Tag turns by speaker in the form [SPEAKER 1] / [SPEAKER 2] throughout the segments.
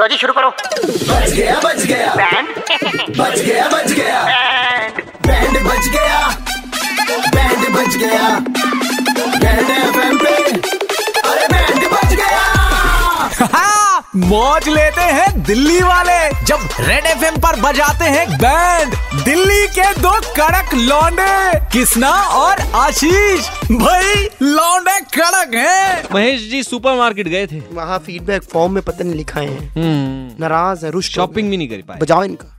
[SPEAKER 1] लो जी शुरू करो
[SPEAKER 2] बच गया बच गया
[SPEAKER 1] बैंड
[SPEAKER 2] बच गया बच गया बैंड बच गया बैंड बच गया बैंड एफएम पे अरे बैंड बच गया
[SPEAKER 3] हाँ, मौज लेते हैं दिल्ली वाले जब रेड एफ पर बजाते हैं बैंड दिल्ली के दो कड़क लौंडे किसना और आशीष भाई लौंडे कड़क हैं
[SPEAKER 4] महेश जी सुपरमार्केट गए थे
[SPEAKER 5] वहाँ फीडबैक फॉर्म में पता नहीं लिखाए हैं
[SPEAKER 4] हम्म
[SPEAKER 5] नाराज है रुष्ट हो
[SPEAKER 4] शॉपिंग भी नहीं कर
[SPEAKER 5] गए।
[SPEAKER 4] पाए
[SPEAKER 5] बजाओ इनका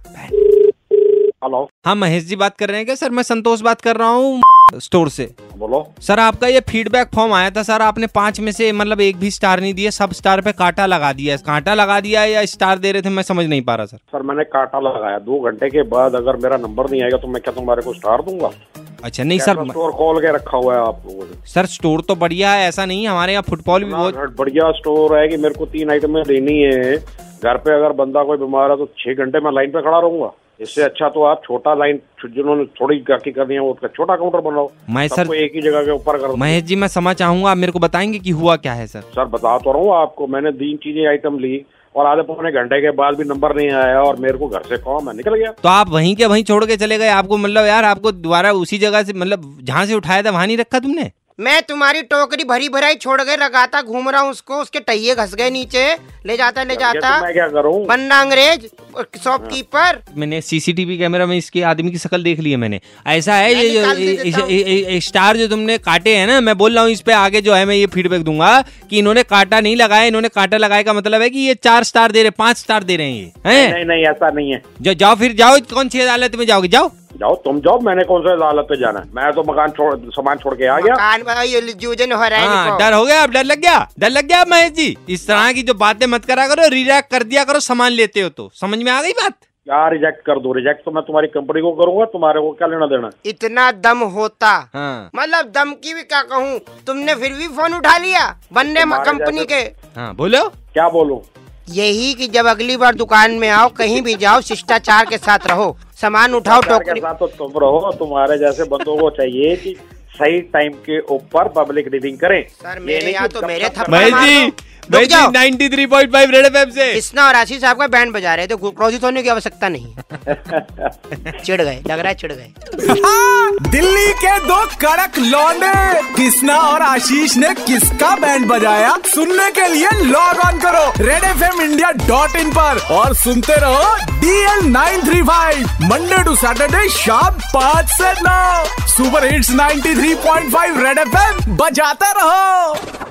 [SPEAKER 6] हेलो
[SPEAKER 4] हाँ महेश जी बात कर रहे हैं क्या सर मैं संतोष बात कर रहा हूँ स्टोर से
[SPEAKER 6] बोलो
[SPEAKER 4] सर आपका ये फीडबैक फॉर्म आया था सर आपने पांच में से मतलब एक भी स्टार नहीं दिया सब स्टार पे कांटा लगा दिया कांटा लगा दिया है या स्टार दे रहे थे मैं समझ नहीं पा रहा सर
[SPEAKER 6] सर मैंने काटा लगाया दो घंटे के बाद अगर मेरा नंबर नहीं आएगा तो मैं क्या तुम्हारे को स्टार दूंगा
[SPEAKER 4] अच्छा नहीं
[SPEAKER 6] सर
[SPEAKER 4] सर
[SPEAKER 6] स्टोर खोल के रखा हुआ है आप लोगों ने
[SPEAKER 4] सर स्टोर तो बढ़िया है ऐसा नहीं है, हमारे यहाँ फुटबॉल भी बहुत
[SPEAKER 6] घट बढ़िया स्टोर है कि मेरे को तीन आइटमें लेनी है घर पे अगर बंदा कोई बीमार है तो छह घंटे मैं लाइन पे खड़ा रहूंगा इससे अच्छा तो आप छोटा लाइन जिन्होंने थोड़ी गाकी करनी है वो उसका छोटा काउंटर बनाओ
[SPEAKER 4] मैं सर-
[SPEAKER 6] सबको एक ही जगह के ऊपर कर दो।
[SPEAKER 4] महेश जी मैं समझ चाहूंगा आप मेरे को बताएंगे कि हुआ क्या है सर
[SPEAKER 6] सर बता तो रहा हूँ आपको मैंने तीन चीजें आइटम ली और आधे पौने घंटे के बाद भी नंबर नहीं आया और मेरे को घर से कॉल मैं निकल गया
[SPEAKER 4] तो आप वहीं के वहीं छोड़ के चले गए आपको मतलब यार आपको दोबारा उसी जगह से मतलब जहाँ से उठाया था वहां नहीं रखा तुमने
[SPEAKER 7] मैं तुम्हारी टोकरी भरी भराई छोड़ गए लगाता घूम रहा हूँ उसको उसके टहिए घस गए नीचे ले जाता ले
[SPEAKER 6] ये
[SPEAKER 7] जाता
[SPEAKER 6] तो मैं क्या करूँ
[SPEAKER 7] बंदा अंग्रेज शॉपकीपर
[SPEAKER 4] मैंने सीसीटीवी कैमरा में इसके आदमी की शक्ल देख ली है मैंने ऐसा है ये
[SPEAKER 7] मैं
[SPEAKER 4] जो
[SPEAKER 7] निकाल के देता
[SPEAKER 4] इस-
[SPEAKER 7] हूँ।
[SPEAKER 4] ए- ए- ए- स्टार जो तुमने काटे हैं ना मैं बोल रहा हूँ इस पे आगे जो है मैं ये फीडबैक दूंगा कि इन्होंने काटा नहीं लगाया इन्होंने काटा लगाया का मतलब है कि ये चार स्टार दे रहे पांच स्टार दे रहे हैं ये हैं
[SPEAKER 6] नहीं नहीं ऐसा नहीं है
[SPEAKER 4] जा- जाओ फिर जाओ कौन सी अदालत में जाओगे जाओ
[SPEAKER 6] जाओ तुम जाओ मैंने कौन सा अदालत पे जाना है मैं तो मकान छोड़ सामान छोड़ के आ गया
[SPEAKER 7] कान पर ये जूजन हो रहा है
[SPEAKER 4] हाँ
[SPEAKER 7] इनको।
[SPEAKER 4] डर हो गया अब डर लग गया डर लग गया अब महेश जी इस तरह की जो बातें मत करा करो रिजैक्ट कर दिया करो सामान लेते हो तो समझ में आ गई बात
[SPEAKER 6] क्या रिजेक्ट कर दो रिजेक्ट तो मैं तुम्हारी कंपनी को करूंगा तुम्हारे को क्या लेना देना है?
[SPEAKER 7] इतना दम होता
[SPEAKER 4] हाँ
[SPEAKER 7] मतलब दम की भी क्या कहूँ तुमने फिर भी फोन उठा लिया बनने म-
[SPEAKER 6] तुम्हारे
[SPEAKER 7] कंपनी के
[SPEAKER 6] जैसे-
[SPEAKER 4] हाँ बोलो
[SPEAKER 6] क्या बोलूं
[SPEAKER 7] यही कि जब अगली बार दुकान में आओ कहीं भी जाओ शिष्टाचार के साथ रहो सामान उठाओ
[SPEAKER 6] सरकार के
[SPEAKER 7] टोकरी
[SPEAKER 6] साथ तो तुम रहो तुम्हारे जैसे बंदों को चाहिए कि सही टाइम के ऊपर पब्लिक डीलिंग करें
[SPEAKER 7] सर,
[SPEAKER 6] ये
[SPEAKER 7] मेरे
[SPEAKER 6] नहीं
[SPEAKER 7] यहाँ
[SPEAKER 6] कि
[SPEAKER 7] तो
[SPEAKER 6] कब
[SPEAKER 7] मेरे
[SPEAKER 6] तक-
[SPEAKER 7] थप्पड़
[SPEAKER 4] महेश
[SPEAKER 7] मार
[SPEAKER 4] जी
[SPEAKER 7] दो। रुक
[SPEAKER 4] महेश जी
[SPEAKER 7] जाओ।
[SPEAKER 4] Ninety three point five red F से
[SPEAKER 7] कृष्णा और आशीष साहब का बैंड बजा रहे थे गु- क्रोधित होने की आवश्यकता नहीं चिढ़ गए लग रहा है चिढ़ गए
[SPEAKER 3] हाँ, दिल्ली के दो कड़क लौंडे किसना और आशीष ने किसका बैंड बजाया सुनने के लिए लॉग ऑन करो red F M India dot in पर और सुनते रहो DL nine three five Monday to Saturday शाम पाँच से नौ super hits 93.5 three point five red F M बजाते रहो